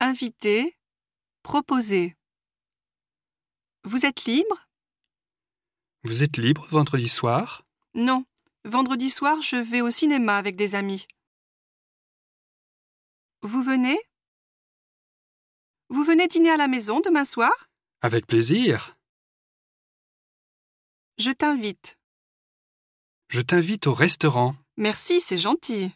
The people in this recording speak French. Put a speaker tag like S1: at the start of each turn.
S1: Inviter, proposer. Vous êtes libre
S2: Vous êtes libre vendredi soir
S1: Non. Vendredi soir, je vais au cinéma avec des amis. Vous venez Vous venez dîner à la maison demain soir
S2: Avec plaisir.
S1: Je t'invite.
S2: Je t'invite au restaurant.
S1: Merci, c'est gentil.